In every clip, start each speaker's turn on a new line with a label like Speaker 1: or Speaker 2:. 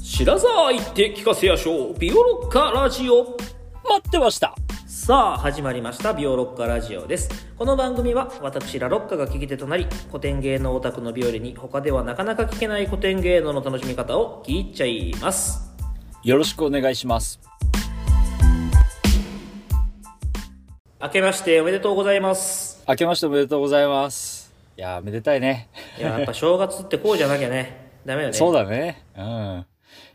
Speaker 1: 白沢行って聞かせやしょうビオロッカラジオ
Speaker 2: 待ってました
Speaker 1: さあ始まりました「ビオロッカラジオ」ですこの番組は私らロッカが聞き手となり古典芸能オタクのビオレに他ではなかなか聞けない古典芸能の楽しみ方を聞いちゃいます
Speaker 2: よろしくお願いします
Speaker 1: 明けましておめでとうございます
Speaker 2: 明けましておめでとうございますいやーめでたいね
Speaker 1: いややっぱ正月ってこうじゃなきゃねダメよね
Speaker 2: そうだねうん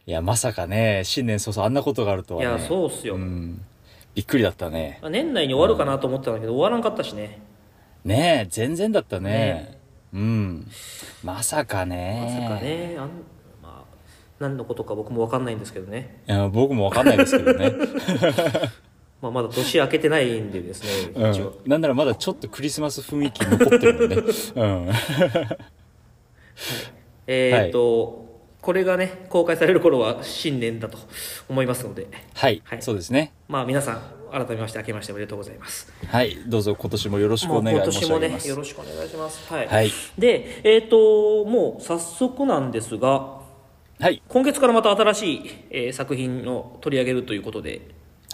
Speaker 2: いやまさかね新年早々あんなことがあると
Speaker 1: い
Speaker 2: はね
Speaker 1: やそうっすよ、
Speaker 2: うんびっくりだったね
Speaker 1: まあ年内に終わるかなと思ってたんだけど終わらんかったしね
Speaker 2: ねえ全然だったね
Speaker 1: ね
Speaker 2: うんまさかね
Speaker 1: まさかねあんまあ何のことか僕も分かんないんですけどね
Speaker 2: いや僕もわかんないですけど ね、
Speaker 1: まあ、まだ年明けてないんでですね、
Speaker 2: う
Speaker 1: 一応
Speaker 2: ん、なんならまだちょっとクリスマス雰囲気残ってるもんね、 うん、
Speaker 1: えーっと、これがね公開される頃は新年だと思いますので
Speaker 2: はい、
Speaker 1: はい
Speaker 2: そうですね
Speaker 1: まあ皆さん改めまして明けましておめでとうございます
Speaker 2: はいどうぞ今年もよろしく
Speaker 1: も
Speaker 2: お
Speaker 1: う
Speaker 2: 願
Speaker 1: 今
Speaker 2: い申
Speaker 1: 年
Speaker 2: し
Speaker 1: も
Speaker 2: 上げ
Speaker 1: ね
Speaker 2: ます
Speaker 1: よろしくお願いしますはい、
Speaker 2: はい
Speaker 1: でえーっともう早速なんですが
Speaker 2: はい
Speaker 1: 今月からまた新しい、えー作品を取り上げるということで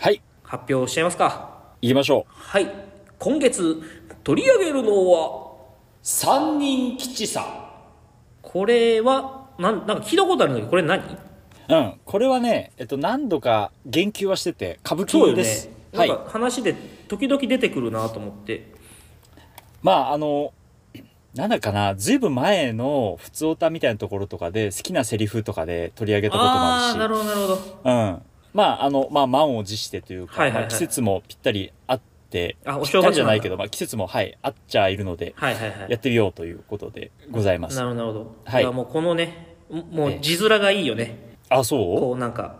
Speaker 2: はい
Speaker 1: 発表しちゃいますか
Speaker 2: 行きましょう
Speaker 1: はい今月取り上げるのは
Speaker 2: 三人吉さ
Speaker 1: これはなんなんか聞いたことあるんだけどこれ何
Speaker 2: んうんこれはね、えっと、何度か言及はしてて歌舞
Speaker 1: そうよ
Speaker 2: 伎
Speaker 1: ね
Speaker 2: です、。
Speaker 1: な
Speaker 2: は
Speaker 1: ん
Speaker 2: い
Speaker 1: か話で時々出てくるなと思って。
Speaker 2: まああのなんだかなずいぶん前の普通歌みたいなところとかで好きなセリフとかで取り上げたこともあ
Speaker 1: あー
Speaker 2: るし
Speaker 1: なるほどなるほど。
Speaker 2: うん、まああのまあ満を持してというか、
Speaker 1: はいはいはい
Speaker 2: まあ季節もぴったりあって
Speaker 1: あお
Speaker 2: ぴ
Speaker 1: 正月なんだ
Speaker 2: ったりじゃないけど、まあ、季節もはい合っちゃいるので
Speaker 1: はいはいはい。
Speaker 2: やってみようということでございま
Speaker 1: な
Speaker 2: す
Speaker 1: るほどなるほど。
Speaker 2: はい
Speaker 1: やもうこのね、もも
Speaker 2: え
Speaker 1: う
Speaker 2: え
Speaker 1: 字面がいいよね。
Speaker 2: あそう
Speaker 1: こうなんか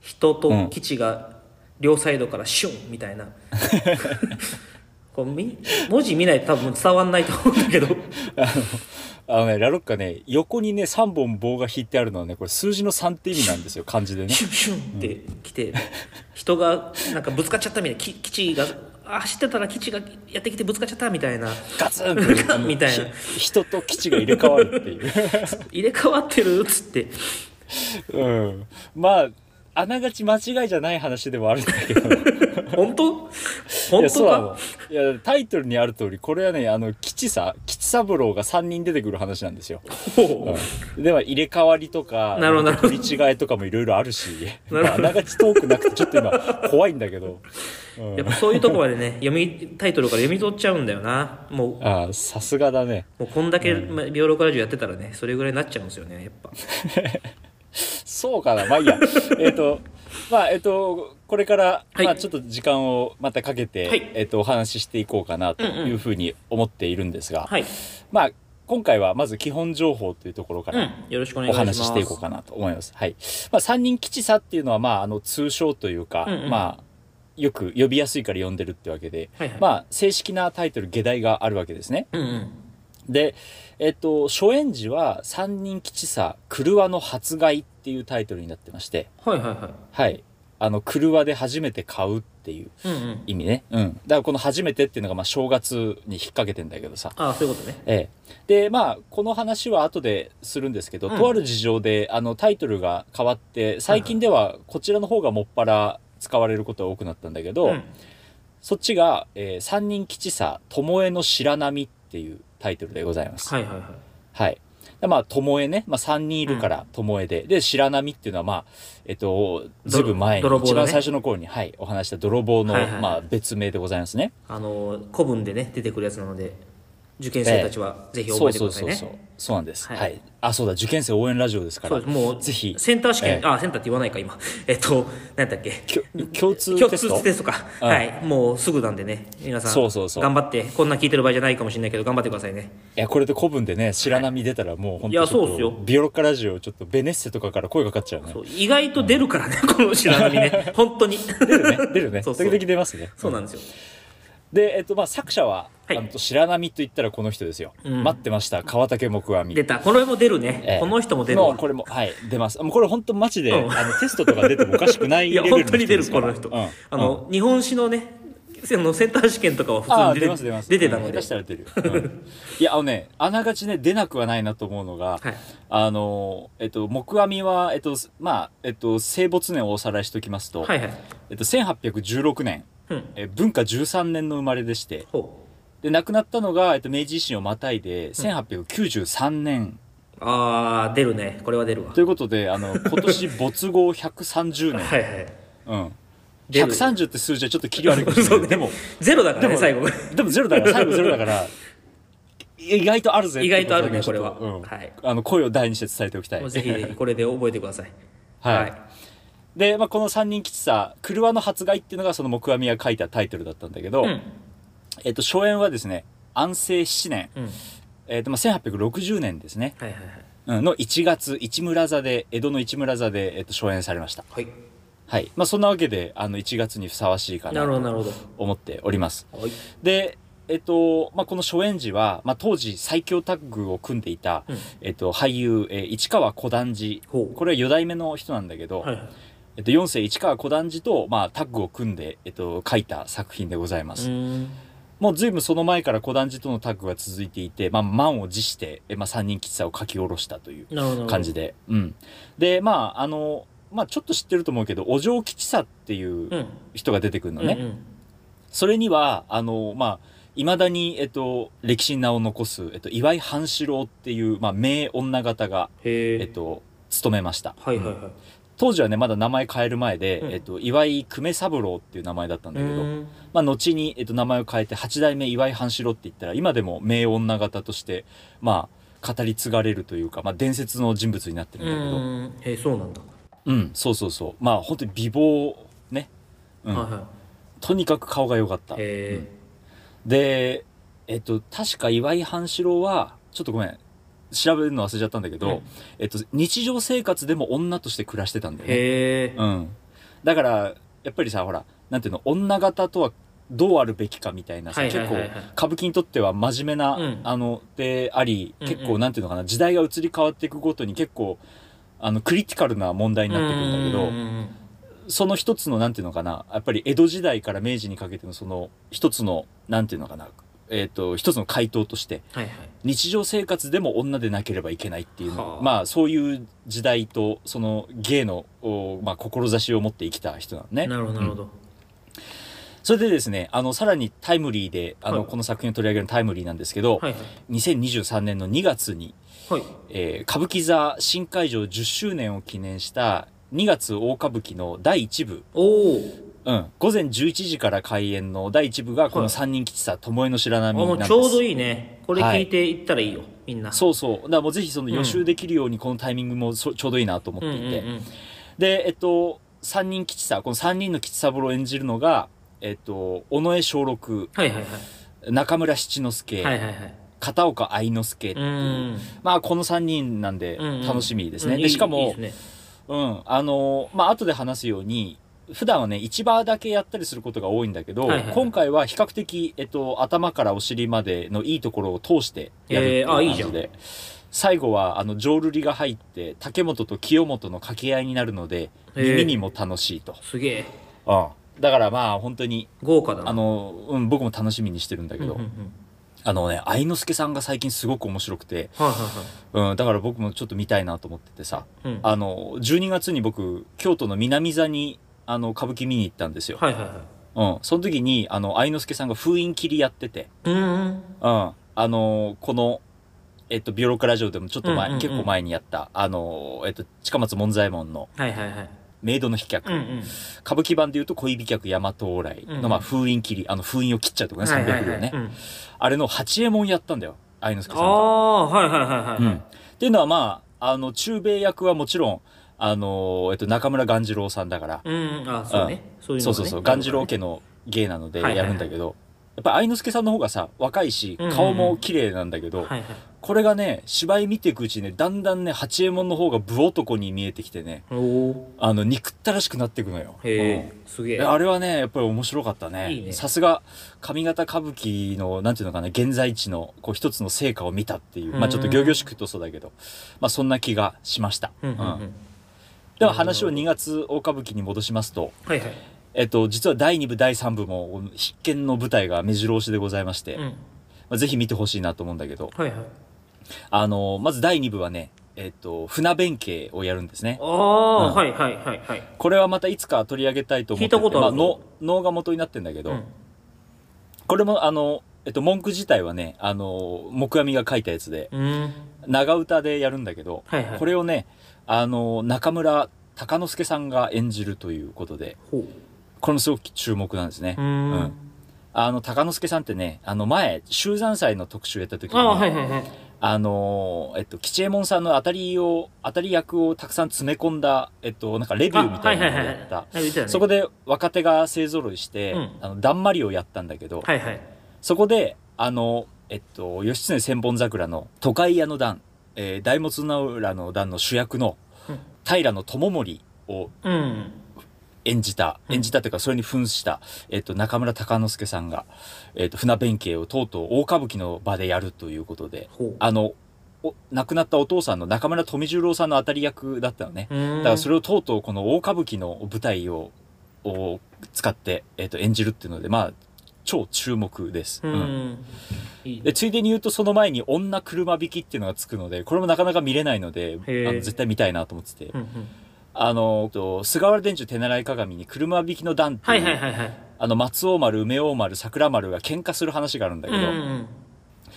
Speaker 1: 人と基地が両サイドからシュンみたい な。こうみ文字見ないと多分伝わんないと思うんだけど。
Speaker 2: あのねラロッカね横にね3本棒が引いてあるのはねこれ数字の3って意味なんですよ漢字でね
Speaker 1: シュンシュンって来て、人がなんかぶつかっちゃったみたいな。き基地があ走ってたら基地がやってきてぶつかっちゃったみたいな。
Speaker 2: ガツンって
Speaker 1: ガン みたいな
Speaker 2: ひ人と基地が入れ替わるっていう、
Speaker 1: 入れ替わってるっつって。
Speaker 2: うん、まああながち間違いじゃない話でもあるんだけど
Speaker 1: 本当
Speaker 2: い
Speaker 1: 本当
Speaker 2: やそうなの
Speaker 1: か
Speaker 2: いやタイトルにある通りこれはねあの吉さ吉三郎が3人出てくる話なんですよ、
Speaker 1: ほ
Speaker 2: うんでは入れ替わりとか
Speaker 1: なるほど
Speaker 2: なんか取り違えとかもいろいろあるし
Speaker 1: なるほど
Speaker 2: まああながち遠くなくてちょっと今怖いんだけど、う
Speaker 1: うんやっぱそういうとこまでね 読みタイトルから読み取っちゃうんだよなもう
Speaker 2: ああさすがだね
Speaker 1: もうこんだけまビオロカラジオやってたらねそれぐらいになっちゃうんですよねやっぱ
Speaker 2: そうかなまあい いやえっとまあえっとこれから、
Speaker 1: はい
Speaker 2: まあ、ちょっと時間をまたかけて、
Speaker 1: はい
Speaker 2: えっと、お話ししていこうかなというふうに思っているんですが、
Speaker 1: はい、
Speaker 2: まあ今回はまず基本情報というところから、
Speaker 1: うん、よろしくお願い
Speaker 2: お
Speaker 1: します
Speaker 2: 話ししていこうかなと思います。はい。まあ、三人吉さっていうのは、まあ、あの、通称というか、
Speaker 1: うんうん
Speaker 2: まあ、よく呼びやすいから呼んでるってわけで、
Speaker 1: はいはい
Speaker 2: まあ、正式なタイトル、下題があるわけですね。
Speaker 1: うんうん
Speaker 2: で、えっと、初演時は、三人吉さ、車の発売っていうタイトルになってまして、
Speaker 1: はいはいは
Speaker 2: はい。あの、車で初めて買うっていう
Speaker 1: いうんうん
Speaker 2: 意味ね。うん。だから、この初めてっていうのが、まあ、正月に引っ掛けてんだけどさ。
Speaker 1: ああそういうことね
Speaker 2: ええ、でまあこの話は後でするんですけど、
Speaker 1: うん
Speaker 2: とある事情であのタイトルが変わって最近ではこちらの方がもっぱら使われることが多くなったんだけど、
Speaker 1: ん、
Speaker 2: そっちが「えー三人吉さ巴の白波」っていうタイトルでございます。
Speaker 1: はいはいはい
Speaker 2: はいでまあ、巴ね、まあ、3人いるから巴で、で白波っていうのはまあえっとずいぶん前に、
Speaker 1: 泥棒だね
Speaker 2: 一番最初の頃に、はい、お話した泥棒の、
Speaker 1: はいはいはい
Speaker 2: まあ、別名でございますね。
Speaker 1: あの古文でね出てくるやつなので受験生たちはぜひ
Speaker 2: そ
Speaker 1: 覚え
Speaker 2: う
Speaker 1: て
Speaker 2: そ
Speaker 1: く
Speaker 2: う
Speaker 1: ださいね
Speaker 2: そうそ
Speaker 1: そうう
Speaker 2: そうなんです、
Speaker 1: は
Speaker 2: はいいあそうだ受験生応援ラジオですから
Speaker 1: ですもう
Speaker 2: ぜひ
Speaker 1: センター試験、
Speaker 2: ええ
Speaker 1: あセンターって言わないか今 えっと何だっけ
Speaker 2: きょ共通
Speaker 1: 共
Speaker 2: テス
Speaker 1: 通
Speaker 2: ト
Speaker 1: テストか、
Speaker 2: うん
Speaker 1: はいもうすぐなんでね皆さん
Speaker 2: そうそうそう
Speaker 1: 頑張ってこんなん聞いてる場合じゃないかもしれないけど頑張ってくださいね
Speaker 2: いやこれで古文でね白波出たらもう本
Speaker 1: いや
Speaker 2: 当ち
Speaker 1: そ
Speaker 2: ょ
Speaker 1: うっ
Speaker 2: っ
Speaker 1: すよ
Speaker 2: とビオロッカラジオちょっとベネッセとかから声がかかっちゃうね
Speaker 1: そう意外と出るからね、 この白波 ね本当に
Speaker 2: 出るね出るね
Speaker 1: そう
Speaker 2: 時
Speaker 1: そう
Speaker 2: 々出ますね
Speaker 1: そうなん
Speaker 2: ん
Speaker 1: ですよ
Speaker 2: で、えっとまあ、作者は、
Speaker 1: はい
Speaker 2: あの白波と言ったらこの人ですよ、
Speaker 1: うん
Speaker 2: 待ってました川竹木阿弥
Speaker 1: 出たこれも出るね、
Speaker 2: ええ
Speaker 1: この人も出る
Speaker 2: もうこれもはい出ますもうこれ本当マジで、
Speaker 1: うん
Speaker 2: あのテストとか出てもおかしくないい
Speaker 1: や
Speaker 2: レベル
Speaker 1: 本
Speaker 2: の
Speaker 1: 当に出る
Speaker 2: 人ですか
Speaker 1: こ
Speaker 2: ら
Speaker 1: の人、
Speaker 2: うん
Speaker 1: あの、日本史のねせあのセンター試験とかは普
Speaker 2: あ
Speaker 1: 通
Speaker 2: あ
Speaker 1: に
Speaker 2: 出ます出ます
Speaker 1: 出てたの
Speaker 2: う
Speaker 1: で、
Speaker 2: ん下手したら出る、うんいやあのねあながちね出なくはないなと思うのが、
Speaker 1: はい、
Speaker 2: あのえっと木阿弥はえっとまあえっと生没年をおさらいしておきますと、
Speaker 1: はいはい
Speaker 2: えっと、1816年
Speaker 1: うん
Speaker 2: え文化13年の生まれでして
Speaker 1: ほ
Speaker 2: で亡くなったのが、えっと、明治維新をまたいで1893年、
Speaker 1: うああ出るねこれは出るわ
Speaker 2: ということであの今年没後130年、
Speaker 1: はいはい
Speaker 2: うん、
Speaker 1: 出る
Speaker 2: 130って数字はちょっと切り悪いかもしれ な
Speaker 1: そ
Speaker 2: いう
Speaker 1: ね
Speaker 2: でも
Speaker 1: ゼロだからね最後
Speaker 2: でもゼロだから最後ゼロだから 意外とあるぜ
Speaker 1: 意外とあるね
Speaker 2: ってと
Speaker 1: これは
Speaker 2: うん
Speaker 1: はい
Speaker 2: あの声を大にして伝えておきたい
Speaker 1: もうぜひぜひこれで覚えてください
Speaker 2: はいで、まあ、この三人吉さ「車の発害」っていうのがその木阿弥が書いたタイトルだったんだけど、
Speaker 1: うん
Speaker 2: えっと、荘園はですね安政7年、
Speaker 1: うん
Speaker 2: えっとまあ、1860年ですね、
Speaker 1: はいはいはい
Speaker 2: うんの1月一村座で江戸の一村座で、えっと、荘園されました
Speaker 1: はい
Speaker 2: はい、まあ、そんなわけであの1月にふさわしいかな
Speaker 1: なるほどな
Speaker 2: と
Speaker 1: るほど
Speaker 2: 思っております
Speaker 1: はい
Speaker 2: で、えっとまあ、この初演時は、まあ、当時最強タッグを組んでいた、
Speaker 1: うん
Speaker 2: えっと、俳優、えー市川小団次
Speaker 1: ほう
Speaker 2: これは4代目の人なんだけど、
Speaker 1: はいはい
Speaker 2: えっと、4世市川小団次と、まあ、タッグを組んで、えっと、書いた作品でございま
Speaker 1: う
Speaker 2: す、
Speaker 1: ーん
Speaker 2: もう随分その前から小団次とのタッグが続いていて、まあ、満を持して、えまあ、3人吉さを書き下ろしたという
Speaker 1: なるほどなるほど
Speaker 2: 感じで、うん、でまああのまあちょっと知ってると思うけどお嬢吉さっていう
Speaker 1: うん
Speaker 2: 人が出てくるのね、
Speaker 1: うんうん
Speaker 2: それにはあのまあいまだに、えっと、歴史に名を残す、えっと、岩井半四郎っていう、まあ、名女方が、
Speaker 1: へえ
Speaker 2: えっと、務めました、
Speaker 1: はいはいはい
Speaker 2: 当時はねまだ名前変える前で、
Speaker 1: うん
Speaker 2: えっと、岩井久米三郎っていう名前だったんだけど、
Speaker 1: うーん
Speaker 2: まあ、後に、えっと、名前を変えて八代目岩井半四郎って言ったら今でも名女方として、まあ、語り継がれるというか、まあ、伝説の人物になってるんだけど、
Speaker 1: うーんへえそうなんだ
Speaker 2: うん、そうそうそう。まあ、本当に美貌ね。うん。
Speaker 1: はいは
Speaker 2: とにかく顔が良かった
Speaker 1: い。へ
Speaker 2: で、えっと、確か岩井半四郎は、ちょっとごめん、調べるの忘れちゃったんだけど、
Speaker 1: うん
Speaker 2: えっと、日常生活でも女として暮らしてたんだ
Speaker 1: え
Speaker 2: よね。
Speaker 1: へえ
Speaker 2: うん。だから、やっぱりさ、ほら、なんていうの、女型とはどうあるべきかみたいなさ、
Speaker 1: はいはい
Speaker 2: 結
Speaker 1: はい
Speaker 2: 構
Speaker 1: はい、
Speaker 2: 歌舞伎にとっては真面目な、
Speaker 1: うん
Speaker 2: あの、であり、
Speaker 1: うんうん
Speaker 2: 結構、なんていうのかな、時代が移り変わっていくごとに結構、あの、クリティカルな問題になってくるんだけど、
Speaker 1: うーん
Speaker 2: その一つのなんていうのかなやっぱり江戸時代から明治にかけてのその一つのなんていうのかなえっ、と一つの回答として
Speaker 1: はいはい
Speaker 2: 日常生活でも女でなければいけないっていうの
Speaker 1: はあ
Speaker 2: まあそういう時代とその芸の、おまあ、志を持って生きた人なのね
Speaker 1: なるほどなるほど
Speaker 2: それでですねあのさらにタイムリーであの、
Speaker 1: はい
Speaker 2: この作品を取り上げるのタイムリーなんですけど、
Speaker 1: はいはい
Speaker 2: 2023年の2月に、
Speaker 1: はい
Speaker 2: えー歌舞伎座新会場10周年を記念した2月大歌舞伎の第1部
Speaker 1: おお
Speaker 2: うん、午前11時から開演の第1部がこ
Speaker 1: は
Speaker 2: の
Speaker 1: い
Speaker 2: 三人吉さ、巴の白
Speaker 1: あも
Speaker 2: 波なん
Speaker 1: う
Speaker 2: です
Speaker 1: ちょうどいいねこれ聞いていったらいいよみんな
Speaker 2: そうそうだからもうぜひその予習できるようにこのタイミングもそちょうどいいなと思
Speaker 1: うん
Speaker 2: っ
Speaker 1: う
Speaker 2: て
Speaker 1: ん
Speaker 2: いて、
Speaker 1: うん
Speaker 2: でえっと三人吉さこの三人の吉三郎を演じるのがえっと尾上松緑
Speaker 1: はいはいはい
Speaker 2: 中村七之助、
Speaker 1: はいはいはい
Speaker 2: 片岡愛之助っ
Speaker 1: う
Speaker 2: ていう、
Speaker 1: ーん
Speaker 2: まあこの三人なんで
Speaker 1: うんうん
Speaker 2: 楽しみですね、
Speaker 1: うんい
Speaker 2: で
Speaker 1: い
Speaker 2: しかも
Speaker 1: いいですね
Speaker 2: うんあのまあ後で話すように普段はね市場だけやったりすることが多いんだけど、
Speaker 1: はいはいはい
Speaker 2: 今回は比較的、えっと、頭からお尻までのいいところを通してやるってい
Speaker 1: え
Speaker 2: う
Speaker 1: ーあ
Speaker 2: 感
Speaker 1: いいじゃん
Speaker 2: じで、最後はあの浄瑠璃が入って竹本と清本の掛け合いになるので
Speaker 1: えー
Speaker 2: 耳にも楽しいと、
Speaker 1: すげえ
Speaker 2: うんだからまあ本当に
Speaker 1: 豪華だな
Speaker 2: あの、うん、僕も楽しみにしてるんだけ
Speaker 1: うんうん
Speaker 2: ど、
Speaker 1: うんはい
Speaker 2: あのね愛之助さんが最近すごく面白くて、
Speaker 1: はいは
Speaker 2: うん、だから僕もちょっと見たいなと思っててさ、
Speaker 1: いうんは
Speaker 2: あの、12月に僕、京都の南座に、あの、歌舞伎見に行ったんですよ。
Speaker 1: いはいは
Speaker 2: うん。その時に、あの、愛之助さんが封印切りやってて、
Speaker 1: いうーん
Speaker 2: うん。あの、この、えっと、ビオロックラジオでもちょっと
Speaker 1: うん
Speaker 2: 前、
Speaker 1: うんうん
Speaker 2: 結構前にやった、あの、えっと、近松門左衛門の
Speaker 1: はいはいはい
Speaker 2: メイドの飛脚、
Speaker 1: うんうん
Speaker 2: 歌舞伎版で言うと恋美脚大和往来の、
Speaker 1: うんうん
Speaker 2: まあ、封印切り、あの、封印を切っちゃうとかね、
Speaker 1: はいはい
Speaker 2: 300
Speaker 1: は
Speaker 2: 秒
Speaker 1: い
Speaker 2: ね
Speaker 1: う。ん
Speaker 2: あれの八右衛門やったんだよ、愛之助
Speaker 1: あ
Speaker 2: さんが。
Speaker 1: あはいはいはいはい
Speaker 2: っていうのはまあ、あの、中米役はもちろん、あの、えっと、中村鴈治郎さんだから、
Speaker 1: うんあそうねそういうの
Speaker 2: そ
Speaker 1: が
Speaker 2: う
Speaker 1: ね
Speaker 2: そうそう鴈治郎家の芸なので
Speaker 1: はいはい
Speaker 2: やるんだけど、やっぱ愛之助さんの方がさ若いし
Speaker 1: うんうんうん
Speaker 2: 顔も綺麗なんだけど、
Speaker 1: はいはい
Speaker 2: これがね芝居見ていくうちにねだんだんね八右衛門の方が武男に見えてきてね
Speaker 1: おお
Speaker 2: あの憎ったらしくなっていくのよ。
Speaker 1: へ
Speaker 2: うん
Speaker 1: えすげえ
Speaker 2: えあれはねやっぱり面白かったね
Speaker 1: いいね
Speaker 2: さすが上方歌舞伎のなんていうのかな現在地のこう一つの成果を見たっていうまあちょっと
Speaker 1: うん
Speaker 2: 仰々しくとそうだけど、まあ、そんな気がしました、
Speaker 1: うんうんう
Speaker 2: うん
Speaker 1: ん
Speaker 2: では話を2月大歌舞伎に戻しますと、
Speaker 1: はいはい
Speaker 2: えっと、実は第2部、第3部も必見の舞台が目白押しでございまして、
Speaker 1: うん
Speaker 2: まあ、ぜひ見てほしいなと思うんだけど、
Speaker 1: はいはい
Speaker 2: あの、まず第2部はね、えっと、船弁慶をやるんですね
Speaker 1: あ。あ、
Speaker 2: うん
Speaker 1: はいはいはいはい
Speaker 2: これはまたいつか取り上げたいと思ってて
Speaker 1: 聞いたことある
Speaker 2: まの能が元になってんだけど、
Speaker 1: うん
Speaker 2: これもあの、えっと、文句自体はね、あの、木阿弥が書いたやつで、
Speaker 1: うん
Speaker 2: 長唄でやるんだけど、
Speaker 1: はいはい
Speaker 2: これをね、あの、中村鷹之助さんが演じるということで、
Speaker 1: ほう
Speaker 2: これもすごく注目なんですね。
Speaker 1: うーん
Speaker 2: うんあの、鷹之助さんってね、あの前、集山祭の特集やった時に、
Speaker 1: ああはいはいはい
Speaker 2: あのーえっと、吉右衛門さんの当たりを、当たり役をたくさん詰め込んだ、えっと、なんかレビューみたいなのをやった。
Speaker 1: あはいはいはいはい言ってたね
Speaker 2: そこで若手が勢揃いして、
Speaker 1: うん
Speaker 2: あの、だんまりをやったんだけど、
Speaker 1: はいはい
Speaker 2: そこで、あの、えっと、義経千本桜の都会屋の段、えー、大物の浦の段の主役の
Speaker 1: うん
Speaker 2: 平の智盛を
Speaker 1: うん
Speaker 2: 演じた、
Speaker 1: うん
Speaker 2: 演じたというか、それに扮した、えっと、中村鷹之助さんが、えっと、船弁慶をとうとう大歌舞伎の場でやるということで、
Speaker 1: ほう
Speaker 2: あの、お亡くなったお父さんの中村富十郎さんの当たり役だったのね。
Speaker 1: うーん
Speaker 2: だからそれをとうとうこの大歌舞伎の舞台を、を使って、えっと、演じるっていうので、まあ、超注目です。
Speaker 1: うん、いいね
Speaker 2: で、ついでに言うとその前に女車引きっていうのがつくので、これもなかなか見れないので、あ
Speaker 1: へー
Speaker 2: の絶対見たいなと思ってて。
Speaker 1: うんうん
Speaker 2: あの、えっと菅原伝授手習い鏡に車引きの段って、
Speaker 1: はいいうはいはいはい
Speaker 2: あの、松尾丸、梅王丸、桜丸が喧嘩する話があるんだ
Speaker 1: う
Speaker 2: け
Speaker 1: んう
Speaker 2: ど、
Speaker 1: ん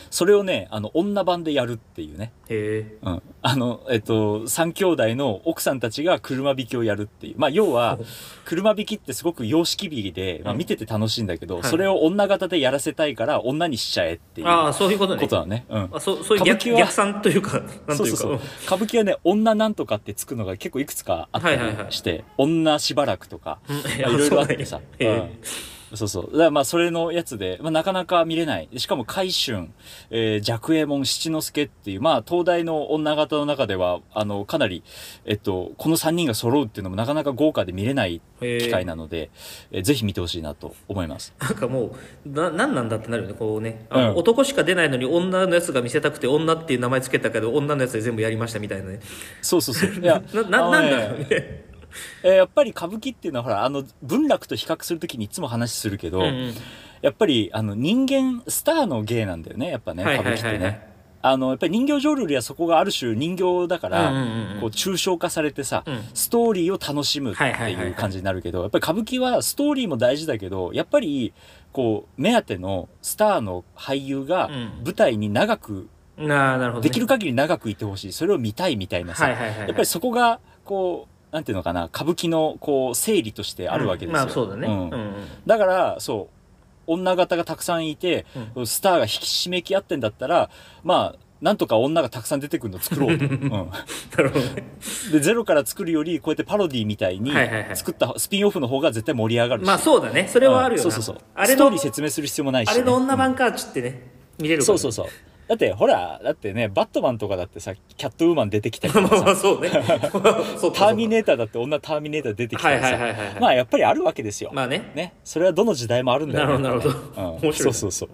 Speaker 2: それをね、あの、女版でやるっていうね。
Speaker 1: へえ
Speaker 2: うん、あの、えっと、三兄弟の奥さんたちが車引きをやるっていう。まあ、要は、車引きってすごく様式美で、まあ、
Speaker 1: うん
Speaker 2: 見てて楽しいんだけど、
Speaker 1: はい
Speaker 2: それを女型でやらせたいから、女にしちゃえっていう
Speaker 1: あ
Speaker 2: こ
Speaker 1: あそういうことね
Speaker 2: とだね。うん。
Speaker 1: あそうそういう逆
Speaker 2: 歌舞伎は
Speaker 1: 逆算というかなんと
Speaker 2: そう
Speaker 1: いう
Speaker 2: そう
Speaker 1: か
Speaker 2: そう。歌舞伎はね、女なんとかってつくのが結構いくつかあったり
Speaker 1: はいはいはい
Speaker 2: して、女しばらくとか、
Speaker 1: うん
Speaker 2: まあいろいろあってさ。
Speaker 1: へえ
Speaker 2: うんそうそう。だからまあ、それのやつで、まあ、なかなか見れない。しかも、海春、えー、若右衛門、七之助っていう、まあ、東大の女方の中では、あの、かなり、えっと、この三人が揃うっていうのもなかなか豪華で見れない
Speaker 1: へえ
Speaker 2: 機会なので、えーぜひ見てほしいなと思います。
Speaker 1: なんかもうな何なんだってなるよねこうねあの、
Speaker 2: うん
Speaker 1: 男しか出ないのに女のやつが見せたくて女っていう名前つけたけど女のやつで全部やりましたみたいなね
Speaker 2: そうそうそう。いや
Speaker 1: なな
Speaker 2: あ
Speaker 1: な
Speaker 2: の
Speaker 1: ん
Speaker 2: ね
Speaker 1: だろうね
Speaker 2: えーやっぱり歌舞伎っていうのは、ほら、あの、文楽と比較するときにいつも話するけ
Speaker 1: う
Speaker 2: ど、
Speaker 1: んうん
Speaker 2: やっぱりあの人間スターの芸なんだよねやっぱね
Speaker 1: はい
Speaker 2: 歌
Speaker 1: はいはい
Speaker 2: 舞
Speaker 1: はい
Speaker 2: 伎ってね。あのやっぱり人形浄瑠璃はそこがある種人形だから、
Speaker 1: うんうんうんうん
Speaker 2: こう抽象化されてさ、
Speaker 1: うん
Speaker 2: ストーリーを楽しむって
Speaker 1: はいはいはい
Speaker 2: い
Speaker 1: はいう
Speaker 2: 感じになるけど、やっぱり歌舞伎はストーリーも大事だけどやっぱりこう目当てのスターの俳優が
Speaker 1: うん
Speaker 2: 舞台に長く、
Speaker 1: なあなるほど、ね、
Speaker 2: できる限り長くいてほしいそれを見たいみたいなさ、
Speaker 1: はいはいはいはい
Speaker 2: やっぱりそこがこうなんていうのかな歌舞伎のこう整理としてあるわけですよ。
Speaker 1: うんまあそうだね、
Speaker 2: うん
Speaker 1: うんうん
Speaker 2: だからそう女方がたくさんいて、スターが引き締めき合ってんだったらまあなんとか女がたくさん出てくるの作ろう と、うん
Speaker 1: なるほどね
Speaker 2: でゼロから作るよりこうやってパロディみたいに
Speaker 1: はいはいはい
Speaker 2: 作ったスピンオフの方が絶対盛り上がるし、
Speaker 1: まあそうだねそれはあるよな、
Speaker 2: うんそうそうそう
Speaker 1: あれ
Speaker 2: ストー
Speaker 1: の
Speaker 2: リー説明する必要もないし
Speaker 1: あ
Speaker 2: ね、
Speaker 1: れの女版かっつってね見れるから
Speaker 2: そうそうそうだってほらだってねバットマンとかだってさキャットウーマン出てきたりと
Speaker 1: ま
Speaker 2: か
Speaker 1: あまあ
Speaker 2: さ
Speaker 1: そうねそう
Speaker 2: タ
Speaker 1: か
Speaker 2: ーミネーターだって女ターミネーター出てきたり
Speaker 1: はい
Speaker 2: さ
Speaker 1: はいはいはいはい
Speaker 2: まあやっぱりあるわけですよ、
Speaker 1: まあね
Speaker 2: ね、それはどの時代もあるんだよね。
Speaker 1: なるほどなるほど
Speaker 2: やっぱねうん、
Speaker 1: 面白い
Speaker 2: そうそうそう。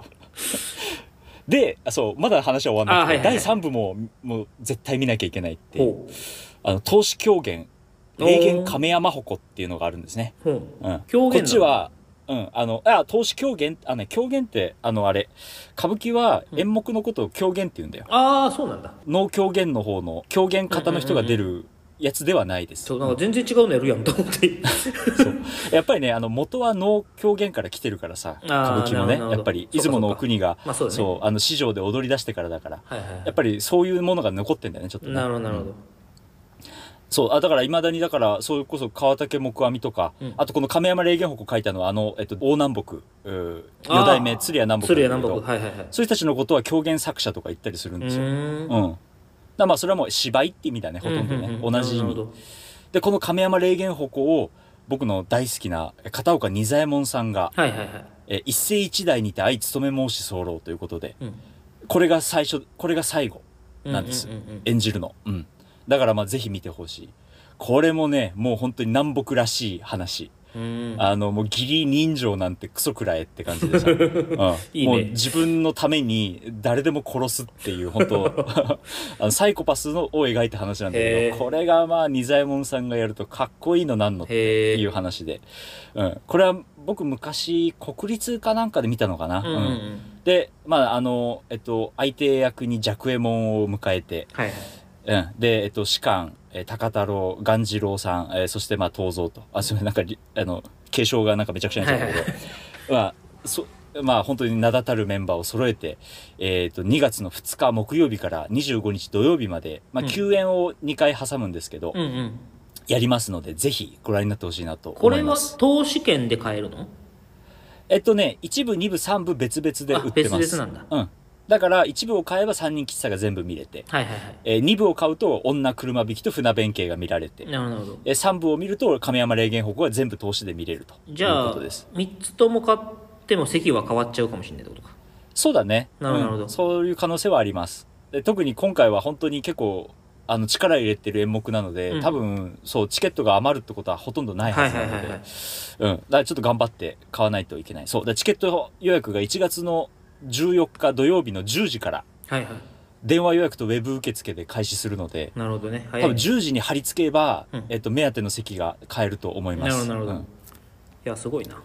Speaker 2: で、あそう、まだ話は終わんなくて、
Speaker 1: あはいはいはい
Speaker 2: 第3部も、もう絶対見なきゃいけないっていう、
Speaker 1: ほう
Speaker 2: あの、投資狂言、
Speaker 1: おー
Speaker 2: 霊言亀山鉾っていうのがあるんですね。
Speaker 1: ほう
Speaker 2: うん。
Speaker 1: 狂言なの
Speaker 2: こっちは、うん、あの、あ、投資狂言、あのね、狂言って、あの、あれ、歌舞伎は演目のことを狂言って言うんだよ。
Speaker 1: ああそうなんだ
Speaker 2: 能狂言の方の、狂言方の人が出るやつではないです。
Speaker 1: そうなんか全然違うのやるやんと思って
Speaker 2: そう やっぱりねあの元は能狂言から来てるからさ
Speaker 1: あー
Speaker 2: 歌舞伎もね
Speaker 1: なるほど
Speaker 2: やっぱり
Speaker 1: そう
Speaker 2: 出
Speaker 1: かそうか
Speaker 2: 雲のお国が
Speaker 1: まあそうだね
Speaker 2: あの市場で踊り出してからだから
Speaker 1: はいはいはい
Speaker 2: やっぱりそういうものが残ってんだよねちょっとね
Speaker 1: なるほどなるほど、
Speaker 2: そうあだからいまだにだからそれこそ川竹木阿弥とか、
Speaker 1: うん
Speaker 2: あとこの亀山霊言鉾書いたのはあの、えっと、大南北うー
Speaker 1: あー
Speaker 2: 四代目鶴屋南北
Speaker 1: 鶴屋
Speaker 2: だけ
Speaker 1: 南
Speaker 2: ど
Speaker 1: 北はいはいはい
Speaker 2: そういう人たちのことは狂言作者とか言ったりするん
Speaker 1: う
Speaker 2: ですよ、
Speaker 1: ーん
Speaker 2: うんだからまあそれはもう芝居って意味だねほとんどね、
Speaker 1: ううう
Speaker 2: 同じ意
Speaker 1: なる
Speaker 2: 味
Speaker 1: ほど
Speaker 2: でこの亀山霊言鉾を僕の大好きな片岡仁左衛門さんが
Speaker 1: はいはいはい
Speaker 2: えー一世一代にて相勤め申し候ということで、
Speaker 1: うん
Speaker 2: これが最初、これが最後なんです。
Speaker 1: うんうんうんうん
Speaker 2: 演じるの。うん。だからまあぜひ見てほしい。これもね、もう本当に南北らしい話。
Speaker 1: うん
Speaker 2: あの、もう義理人情なんてクソくらえって感じ でした。うん
Speaker 1: いいね
Speaker 2: もう自分のために誰でも殺すっていう、本当あのサイコパスのを描いた話なんだ
Speaker 1: へ
Speaker 2: け
Speaker 1: ー
Speaker 2: ど、これがまあ、ニザイモンさんがやるとかっこいいのなんのって
Speaker 1: へ
Speaker 2: い
Speaker 1: え
Speaker 2: う話で。うん。これは僕昔、国立かなんかで見たのかな。
Speaker 1: うんうん
Speaker 2: うん
Speaker 1: うん
Speaker 2: で、まあ、あの、えっと、相手役に若右衛門を迎えて、
Speaker 1: はいはい
Speaker 2: うん。で、えっと、士官、えー高太郎、鴈治郎さん、えーそして、まあ、東蔵と。あ、すみません、なんかり、あの、継承がなんかめちゃくちゃになっちゃったけど、まあ、そ、まあ、本当に名だたるメンバーを揃えて、えっ、と、2月の2日木曜日から25日土曜日まで、まあ、
Speaker 1: うん
Speaker 2: 休演を2回挟むんですけど、
Speaker 1: うんうん
Speaker 2: やりますので、ぜひご覧になってほしいなと
Speaker 1: こ
Speaker 2: 思
Speaker 1: れ
Speaker 2: いま
Speaker 1: は
Speaker 2: す。
Speaker 1: 投資券で買えるの
Speaker 2: えっとね、一部、二部、三部別々で
Speaker 1: あ
Speaker 2: 売ってます。
Speaker 1: 別々なんだ
Speaker 2: うん。だから、一部を買えば三人喫茶が全部見れて、
Speaker 1: はいはいはい
Speaker 2: えー、2部を買うと女車引きと船弁慶が見られて、
Speaker 1: なるほどなるほど
Speaker 2: えー、3部を見ると亀山霊言報告は全部投資で見れると
Speaker 1: じゃ
Speaker 2: いうこ
Speaker 1: あ
Speaker 2: とです。
Speaker 1: 3つとも買っても席は変わっちゃうかもしれないってことか
Speaker 2: そうだね。
Speaker 1: なるほどなるほど
Speaker 2: うんそういう可能性はあります。で特に今回は本当に結構、あの、力入れてる演目なので、
Speaker 1: うん
Speaker 2: 多分、そう、チケットが余るってことはほとんどない
Speaker 1: は
Speaker 2: はいず
Speaker 1: は
Speaker 2: ない
Speaker 1: は
Speaker 2: の
Speaker 1: いはい、
Speaker 2: でうん。だからちょっと頑張って買わないといけない。そう。だからチケット予約が1月の14日土曜日の10時から、
Speaker 1: はいは
Speaker 2: 電話予約とウェブ受付で開始するので、
Speaker 1: いなるほどねはい
Speaker 2: 多分10時に貼り付けば、
Speaker 1: うん
Speaker 2: えっと、目当ての席が買えると思います。
Speaker 1: なるほどなるほど
Speaker 2: うん
Speaker 1: いやすごいな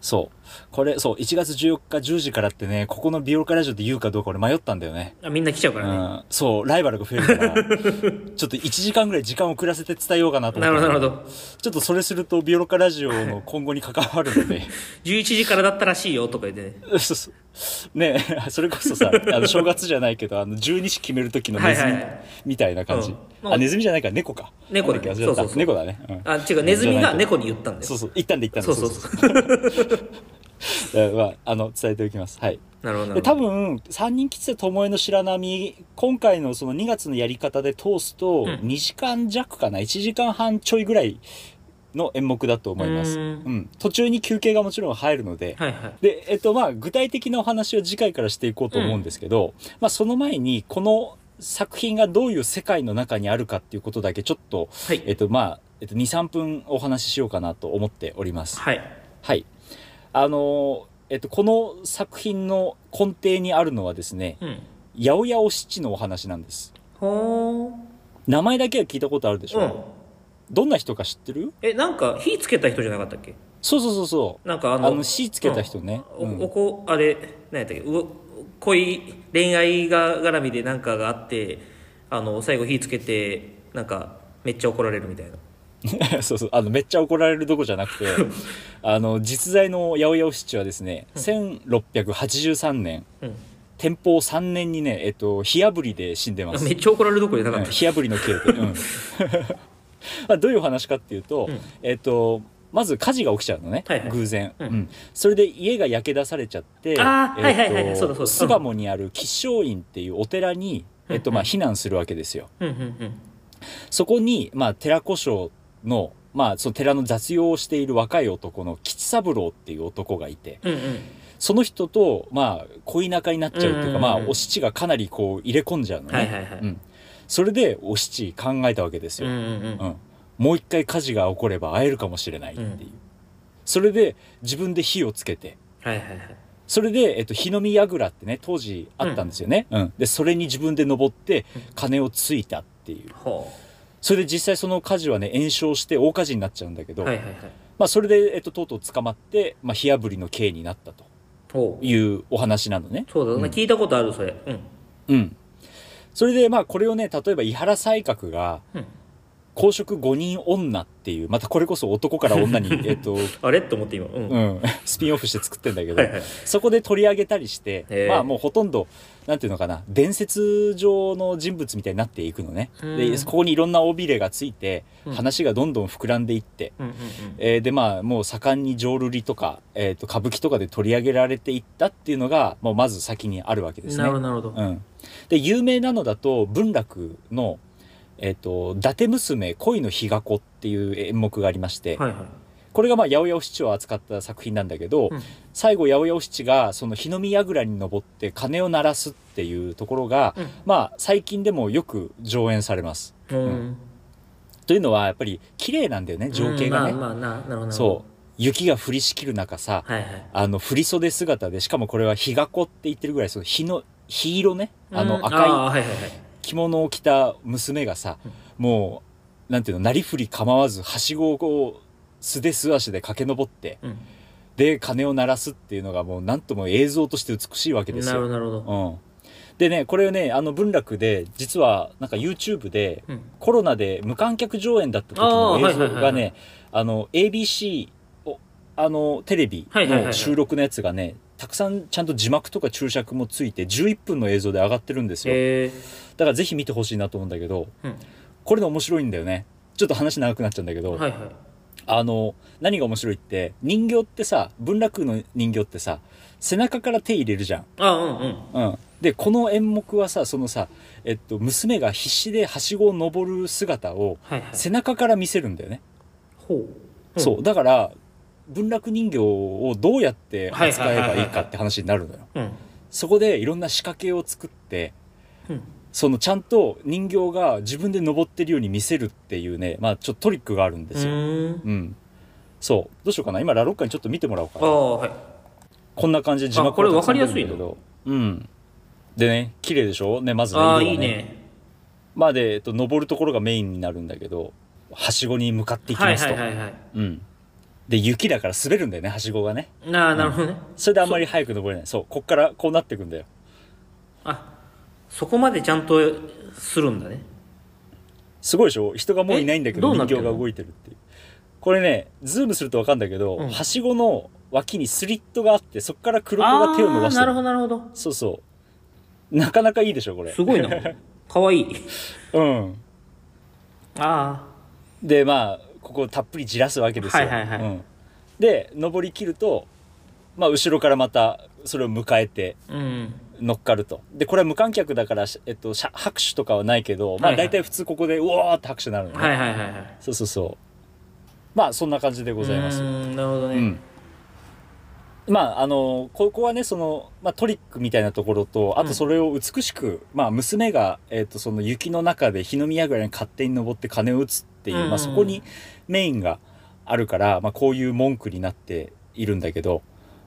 Speaker 2: そう。これ、そう、1月14日10時からってね、ここのビオカラジオで言うかどうか俺迷ったんだよね。
Speaker 1: あみんな来ちゃうか
Speaker 2: う
Speaker 1: らね
Speaker 2: ん、そう、ライバルが増えるから、ち ょっと1時間ぐらい時間遅らせて伝えようかなと思
Speaker 1: な
Speaker 2: っ
Speaker 1: る
Speaker 2: て。
Speaker 1: ほどなるほど
Speaker 2: ちょっとそれすると、ビオカラジオの今後に関わるので、
Speaker 1: 11時からだったらしいよとか言ってね
Speaker 2: そうそうね それこそさ、あの正月じゃないけど、あの十二支決める時のネズ
Speaker 1: はい
Speaker 2: ミ
Speaker 1: はいはい
Speaker 2: みたいな感じ。
Speaker 1: うん
Speaker 2: あ、ネズミじゃないから猫か。
Speaker 1: 猫だね
Speaker 2: なんっけ忘れた
Speaker 1: そうそうそう
Speaker 2: 猫だね。うん
Speaker 1: あ違うネズミ
Speaker 2: じゃ
Speaker 1: が
Speaker 2: ないと
Speaker 1: 猫に言ったんだ
Speaker 2: そう
Speaker 1: よ
Speaker 2: そう、行ったんで行ったんで。
Speaker 1: そうそうそう
Speaker 2: そうまあ、あの、伝えておきます。はい。
Speaker 1: なるほどな
Speaker 2: で
Speaker 1: る
Speaker 2: 多
Speaker 1: ほど
Speaker 2: 分三人吉瀬巴の白波今回のその2月のやり方で通すと
Speaker 1: うん
Speaker 2: 2時間弱かな1時間半ちょいぐらいの演目だと思います、
Speaker 1: う
Speaker 2: うんん、途中に休憩がもちろん入るので、
Speaker 1: はいはい
Speaker 2: で、えっと、まあ、具体的なお話を次回からしていこうと思うんですけど、まあ、その前に、この作品がどういう世界の中にあるかっていうことだけ、ちょっと、
Speaker 1: はい
Speaker 2: えっと、まあ、えっと、2、3分お話ししようかなと思っております。
Speaker 1: はい
Speaker 2: はい。あのーえっと、この作品の根底にあるのはですね、
Speaker 1: うん
Speaker 2: 八百屋お七のお話なんです。
Speaker 1: ほーん
Speaker 2: 名前だけは聞いたことあるでしょ、
Speaker 1: うん
Speaker 2: どんな人か知ってる
Speaker 1: えなんか火つけた人じゃなかったっけ
Speaker 2: そうそうそうそう。
Speaker 1: なんかあ
Speaker 2: あ
Speaker 1: の
Speaker 2: の、死つけた人ね。
Speaker 1: お
Speaker 2: うん
Speaker 1: おこあれ何やったっけう恋恋愛が絡みでなんかがあってあの最後火つけてなんかめっちゃ怒られるみたいな
Speaker 2: そうそう。あの、めっちゃ怒られるどこじゃな くて、あの、実在の八百屋お七はですね、1683年、
Speaker 1: うん
Speaker 2: 天保3年にね、えっと、火炙りで死んでます
Speaker 1: め。っちゃ怒られるどころじゃなかった、
Speaker 2: 火炙りの刑で。うん、 まあどういう話かっていうと、
Speaker 1: うん
Speaker 2: えっと、まず火事が起きちゃうのね、
Speaker 1: はいはい
Speaker 2: 偶然、
Speaker 1: うん
Speaker 2: それで家が焼け出されちゃって、
Speaker 1: あーはいはいはいはい
Speaker 2: っと
Speaker 1: そうだそうだ
Speaker 2: 巣鴨にある吉祥院っていうお寺に、えっと、まあ、避難するわけですよ。
Speaker 1: うんうんうん
Speaker 2: そこに、まあ、寺古商の、まあ、その寺の雑用をしている若い男の吉三郎っていう男がいて、
Speaker 1: うんうん
Speaker 2: その人と、まあ、恋仲になっちゃうっていうか、
Speaker 1: うんうんうん
Speaker 2: まあ、お七がかなりこう、入れ込んじゃうのね。
Speaker 1: はいはいはい
Speaker 2: うん。それで、お七考えたわけです
Speaker 1: うん
Speaker 2: よ。
Speaker 1: うんうん
Speaker 2: うん、もう一回火事が起これば会えるかもしれないっていう、
Speaker 1: うん
Speaker 2: それで自分で火をつけて
Speaker 1: はいはいはい
Speaker 2: それで、えっと、火の見櫓ってね当時あったんですよね、うんでそれに自分で登って鐘をついたっていう
Speaker 1: ほ
Speaker 2: それで実際その火事はね延焼して大火事になっちゃうんだけ
Speaker 1: う
Speaker 2: ど、
Speaker 1: はいはいはい
Speaker 2: まあ、それで、えっと、とうとう捕まって、まあ、火炙りの刑になったと
Speaker 1: ほう
Speaker 2: いうお話なのね
Speaker 1: そうだ、ね聞いたことあるそれうん
Speaker 2: うんそれでまあこれをね例えば井原西角が
Speaker 1: うん
Speaker 2: 公職5人女っていうまたこれこそ男から女に、 えっと、
Speaker 1: あれと思って今うん、
Speaker 2: うんスピンオフして作ってんだけど、
Speaker 1: はいはい
Speaker 2: そこで取り上げたりして、
Speaker 1: へー
Speaker 2: まあもうほとんど、なんていうのかな、伝説上の人物みたいになっていくのね。
Speaker 1: う
Speaker 2: で、
Speaker 1: ん
Speaker 2: ここにいろんな尾びれがついて、
Speaker 1: うん
Speaker 2: 話がどんどん膨らんでいって、
Speaker 1: うんうん
Speaker 2: えーでまあもう盛んに浄瑠璃とか、えー、と歌舞伎とかで取り上げられていったっていうのが、もうまず先にあるわけで
Speaker 1: うん
Speaker 2: す
Speaker 1: な
Speaker 2: ね
Speaker 1: るほど。なるほど
Speaker 2: うん、で有名なのだと文楽の、えーと「伊達娘恋の日が子」っていう演目がありまして、
Speaker 1: はいはい
Speaker 2: これがまあ八百屋お七を扱った作品なんだけど、
Speaker 1: うん
Speaker 2: 最後八百屋お七がその日の見櫓に登って鐘を鳴らすっていうところが、
Speaker 1: うん
Speaker 2: まあ最近でもよく上演されます。
Speaker 1: うん
Speaker 2: というのはやっぱり綺麗なんだよね情景がね。
Speaker 1: うんまあまあななるほどなるほど
Speaker 2: そう雪が降りしきる中さ、
Speaker 1: はいはい。
Speaker 2: あの、振り袖姿で、しかもこれは日がこって言ってるぐらい、その日の、日色ね、あ
Speaker 1: うん
Speaker 2: の
Speaker 1: あー
Speaker 2: 赤い
Speaker 1: はいはいはい。
Speaker 2: 着物を着た娘がさ、もう、なんていうの、なりふり構わず、はしごをこう、素手素足で駆け上って、
Speaker 1: うん。
Speaker 2: で、鐘を鳴らすっていうのがもう、なんとも映像として美しいわけです
Speaker 1: なるほど
Speaker 2: よ。
Speaker 1: なるほど。
Speaker 2: うん。でね、これをね、あの、文楽で、実は、なんか YouTube で、
Speaker 1: うん。
Speaker 2: コロナで無観客上演だった時の
Speaker 1: あー
Speaker 2: 映像
Speaker 1: はいはいは
Speaker 2: が
Speaker 1: いはい
Speaker 2: ね、あの、ABC を、あの、テレビ
Speaker 1: はいはいはいは
Speaker 2: の
Speaker 1: い
Speaker 2: 収録のやつがね、たくさんちゃんと字幕とか注釈もついて、11分の映像で上がってるんですよ。
Speaker 1: え
Speaker 2: だからぜひ見てほしいなと思うんだけど、
Speaker 1: ー、うん。
Speaker 2: これの面白いんだよね。ちょっと話長くなっちゃうんだけど、
Speaker 1: はいはい。
Speaker 2: あの、何が面白いって、人形ってさ、文楽の人形ってさ、背中から手入れるじゃん。
Speaker 1: あ、うんうん。
Speaker 2: うん。で、この演目はさ、そのさ、えっと、娘が必死ではしごを登る姿を、
Speaker 1: はいはい。
Speaker 2: 背中から見せるんだよね。
Speaker 1: ほう。うん
Speaker 2: そう。だから、文楽人形をどうやって扱えばいいかって話になるのよ。
Speaker 1: うん。
Speaker 2: そこでいろんな仕掛けを作って、
Speaker 1: うん。
Speaker 2: そのちゃんと人形が自分で登ってるように見せるっていうね、まあちょっとトリックがあるんで
Speaker 1: う
Speaker 2: すよ。
Speaker 1: ーん。
Speaker 2: うん。そう。どうしようかな。今、ラロッカにちょっと見てもらおうか
Speaker 1: あ
Speaker 2: な。
Speaker 1: あ、はい。
Speaker 2: こんな感じで字幕
Speaker 1: あこれ
Speaker 2: がたく
Speaker 1: わか
Speaker 2: さん
Speaker 1: りやすいの
Speaker 2: 出るんだけど。うん。でね、綺麗でしょね、まずね。
Speaker 1: ああ、
Speaker 2: 色が
Speaker 1: いいね。
Speaker 2: まあで、えっと、登るところがメインになるんだけど、はしごに向かっていき
Speaker 1: はい
Speaker 2: ます
Speaker 1: は
Speaker 2: と。
Speaker 1: いはいはい。
Speaker 2: うん。で、雪だから滑るんだよね、はしごがね。
Speaker 1: ああ、なるほどね。
Speaker 2: それであんまり早く登れない。そう、こっからこうなっていくんだよ。
Speaker 1: あ、そこまでちゃんとするんだね。
Speaker 2: すごいでしょ人がもういないんだけ
Speaker 1: え
Speaker 2: ど、
Speaker 1: どうな
Speaker 2: 人
Speaker 1: って
Speaker 2: 形
Speaker 1: んの
Speaker 2: が動いてるっていう。これね、ズームするとわかんだけど、
Speaker 1: うん
Speaker 2: はしごの脇にスリットがあって、そこから黒子
Speaker 1: あ
Speaker 2: が手を伸ばし
Speaker 1: あーなる
Speaker 2: てる
Speaker 1: ほ。どなるほど。
Speaker 2: そうそう。なかなかいいでしょ、これ。
Speaker 1: すご いな。かわいい。
Speaker 2: うん。
Speaker 1: あ
Speaker 2: で、まあ、ここをたっぷりじらすわけですよ。
Speaker 1: はいはいはい
Speaker 2: うん、で、登り切ると、まあ、後ろからまた、それを迎えて、
Speaker 1: あ、うん。
Speaker 2: 乗っかると。で、これは無観客だから、しえっと、しゃ拍手とかはないけど、ま
Speaker 1: は
Speaker 2: あ、
Speaker 1: いはい
Speaker 2: 大体普通ここで、うわーって拍手になるのね。
Speaker 1: はいはいはいはい。
Speaker 2: そうそうそう。まあ、そんな感じでございます
Speaker 1: う。ーんなるほど
Speaker 2: う
Speaker 1: ね。
Speaker 2: ん。まあ、あの、ここはね、その、まあ、トリックみたいなところと、あ
Speaker 1: うん
Speaker 2: とそれを美しく、まあ、娘が、えっ、と、その雪の中で日の宮ぐらいに勝手に登って鐘を打つっていう、
Speaker 1: うん
Speaker 2: まあ、そこにメインがあるから、まあ、こういう文句になっているんだけど、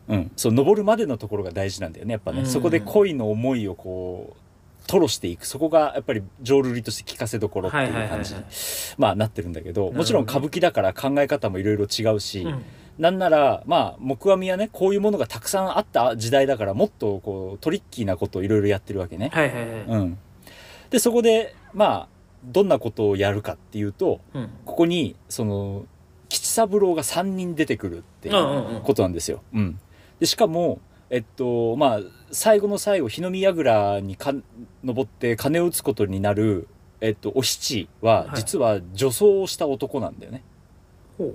Speaker 2: うん、そう、登るまでのところが大事なんだよね、やっぱね。
Speaker 1: うん
Speaker 2: そこで恋の思いをこう、吐露していく。そこが、やっぱり、浄瑠璃として聞かせどころっていう
Speaker 1: はいはい
Speaker 2: 感
Speaker 1: はい
Speaker 2: じ
Speaker 1: はい、
Speaker 2: まあ、なってるんだけど、もちろん歌舞伎だから考え方もいろいろ違うし、
Speaker 1: うん
Speaker 2: なんなら、まあ、木阿弥はね、こういうものがたくさんあった時代だから、もっとこう、トリッキーなことをいろいろやってるわけね。
Speaker 1: はいはいはい。
Speaker 2: うん。で、そこで、まあ、どんなことをやるかっていうと、
Speaker 1: うん。
Speaker 2: ここに、その、吉三郎が3人出てくるってい
Speaker 1: うんうんうん
Speaker 2: うことなんですよ。うん。で、しかも、えっと、まあ、最後の最後、日の宮櫓にか登って鐘を打つことになる、えっと、お七は
Speaker 1: は、い
Speaker 2: 実は女装をした男なんだよね。
Speaker 1: ほ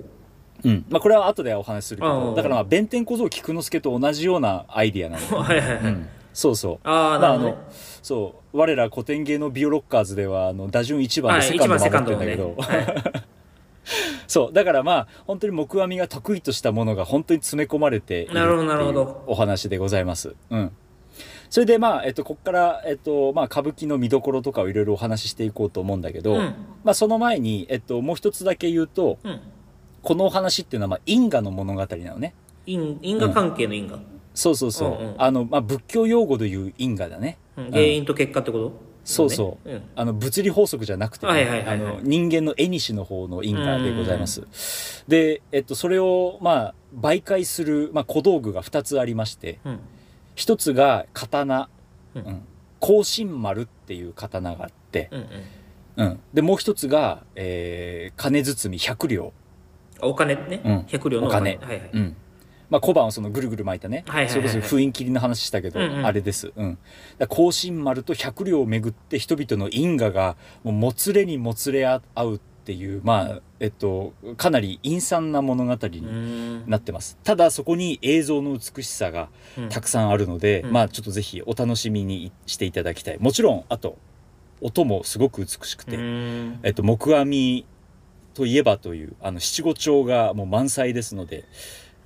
Speaker 1: う。
Speaker 2: うん。まあ、これは後でお話しするけ
Speaker 1: うん
Speaker 2: ど、だからまあ、弁天小僧菊之助と同じようなアイディアなんだ よ。
Speaker 1: はいはいは
Speaker 2: う
Speaker 1: い。
Speaker 2: ん。そうそう。
Speaker 1: ああ、
Speaker 2: ま
Speaker 1: なる
Speaker 2: あ、あ
Speaker 1: ほどね
Speaker 2: の。、そう、我ら古典芸能ビオロッカーズでは、あの、打順1番
Speaker 1: は
Speaker 2: で
Speaker 1: い、
Speaker 2: セ
Speaker 1: 一
Speaker 2: カンド
Speaker 1: 番セ
Speaker 2: 守
Speaker 1: カ
Speaker 2: っ
Speaker 1: ン
Speaker 2: て
Speaker 1: ド
Speaker 2: ん
Speaker 1: の
Speaker 2: だけ
Speaker 1: ね。
Speaker 2: ど、
Speaker 1: はい
Speaker 2: そう、だからまあ、本当に木阿弥が得意としたものが本当に詰め込まれているってい
Speaker 1: なるほどなるほ
Speaker 2: う
Speaker 1: ど
Speaker 2: お話でございます。うん。それでまあ、えっと、こっから、えっと、まあ、歌舞伎の見どころとかをいろいろお話ししていこうと思うんだけど、
Speaker 1: うん
Speaker 2: まあ、その前に、えっと、もう一つだけ言うと、
Speaker 1: うん。
Speaker 2: このお話っていうのは、まあ、因果の物語なのね。
Speaker 1: 因因果関係の因果。
Speaker 2: そうそうそう。
Speaker 1: うんうん
Speaker 2: あの、まあ、仏教用語でいう因果だね。
Speaker 1: うん
Speaker 2: うん
Speaker 1: 原因と結果ってこと
Speaker 2: そうそう。
Speaker 1: うん。
Speaker 2: あの、物理法則じゃなくてね、
Speaker 1: はいはいはいはい
Speaker 2: あの、人間の絵西の方の因果でございます。で、えっと、それを、まあ、媒介する、まあ、小道具が2つありまして、
Speaker 1: うん。
Speaker 2: 1つが刀、
Speaker 1: う
Speaker 2: うんん、甲信丸っていう刀があって、
Speaker 1: うんうん。
Speaker 2: うん。で、もう1つが、えー、金包み百両。
Speaker 1: あお金ね
Speaker 2: うん。
Speaker 1: 百両の
Speaker 2: お
Speaker 1: はいはい。
Speaker 2: うん。まあ、小判をそのぐるぐる巻いたね。
Speaker 1: はいはいはいはい
Speaker 2: それこそ封印切りの話したけど、
Speaker 1: うんうん
Speaker 2: あれです。うん。だから甲信丸と百両をめぐって人々の因果が、もうもつれにもつれ合うっていう、まあ、えっと、かなり陰惨な物語
Speaker 1: う
Speaker 2: に
Speaker 1: ーん。
Speaker 2: なってます。ただそこに映像の美しさが
Speaker 1: うん
Speaker 2: たくさんあるので、
Speaker 1: うん
Speaker 2: まあちょっとぜひお楽しみにしていただきたい。もちろん、あと、音もすごく美しくて、
Speaker 1: うーん
Speaker 2: えっと、木阿弥といえばという、あの、七五調がもう満載ですので、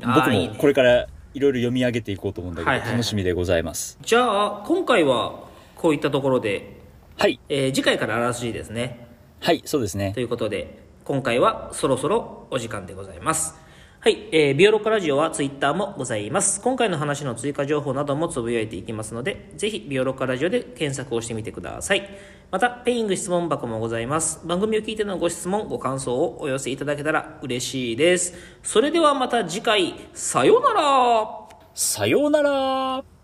Speaker 1: あー
Speaker 2: 僕
Speaker 1: いい
Speaker 2: も
Speaker 1: ね
Speaker 2: これからいろいろ読み上げていこうと思うんだけど、
Speaker 1: はいはいはい
Speaker 2: 楽しみでございます。
Speaker 1: じゃあ今回はこういったところで、
Speaker 2: はい。
Speaker 1: えー次回からあらすじですね
Speaker 2: はい、そうですね
Speaker 1: と。いうことで今回はそろそろお時間でございますはい、えー、ビオロッカラジオはツイッターもございます。今回の話の追加情報などもつぶやいていきますので、ぜひビオロッカラジオで検索をしてみてください。また、ペイング質問箱もございます。番組を聞いてのご質問、ご感想をお寄せいただけたら嬉しいです。それではまた次回、さようなら
Speaker 2: さようなら